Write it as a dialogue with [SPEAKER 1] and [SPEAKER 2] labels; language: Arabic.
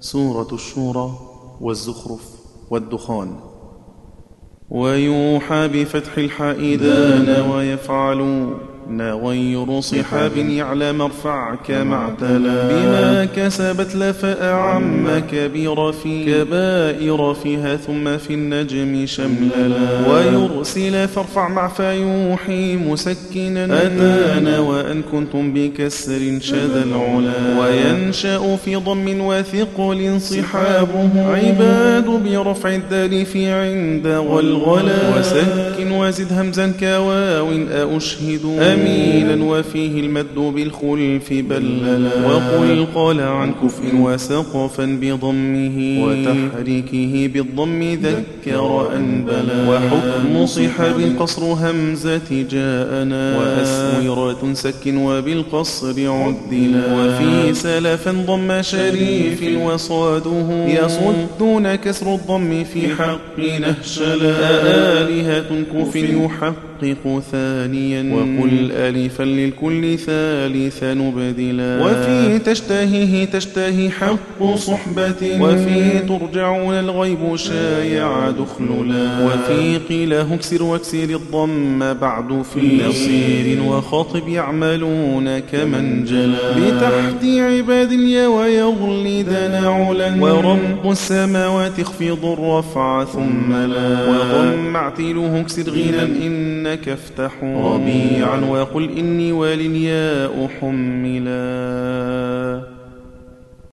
[SPEAKER 1] سورة الشورى والزخرف والدخان ويوحى بفتح الحاء إذا نوى يفعل غير صحاب يعلم ارفع كما اعتلى بما كسبت لفأعم كبير في كبائر فيها ثم في النجم شمللا ويرسل فارفع مع فيوحي مسكنا أتانا وأن كنتم بكسر شذا العلا وينشأ في ضم وثقل صحابه عباد برفع الدال في عند والغلا وسك وزد همزا كواو أأشهد أميلا وفيه المد بالخلف بللا وقل قال عن كفء وسقفا بضمه وتحريكه بالضم ذكر أنبلا وحكم صحاب قصر همزة جاءنا وأسورة سك وبالقصر عدلا وفي سلفا ضم شريف وصاده يصدون كسر الضم في حق نهشلا آلهة كف يحق يحقق ثانيا وقل ألفا للكل ثالثا نبدلا وفي تشتهيه تشتهي حق صحبة وفي ترجعون الغيب شايع دخللا وفي قيل اكسر واكسر الضم بعد في نصير وخاطب يعملون كمن جلا بتحت عباد اليا ويغلدنا علا ورب السماوات اخفض الرفع ثم لا وضم اعتله اكسر غنى إن إنك افتح ربيعا وقل إني والياء حملا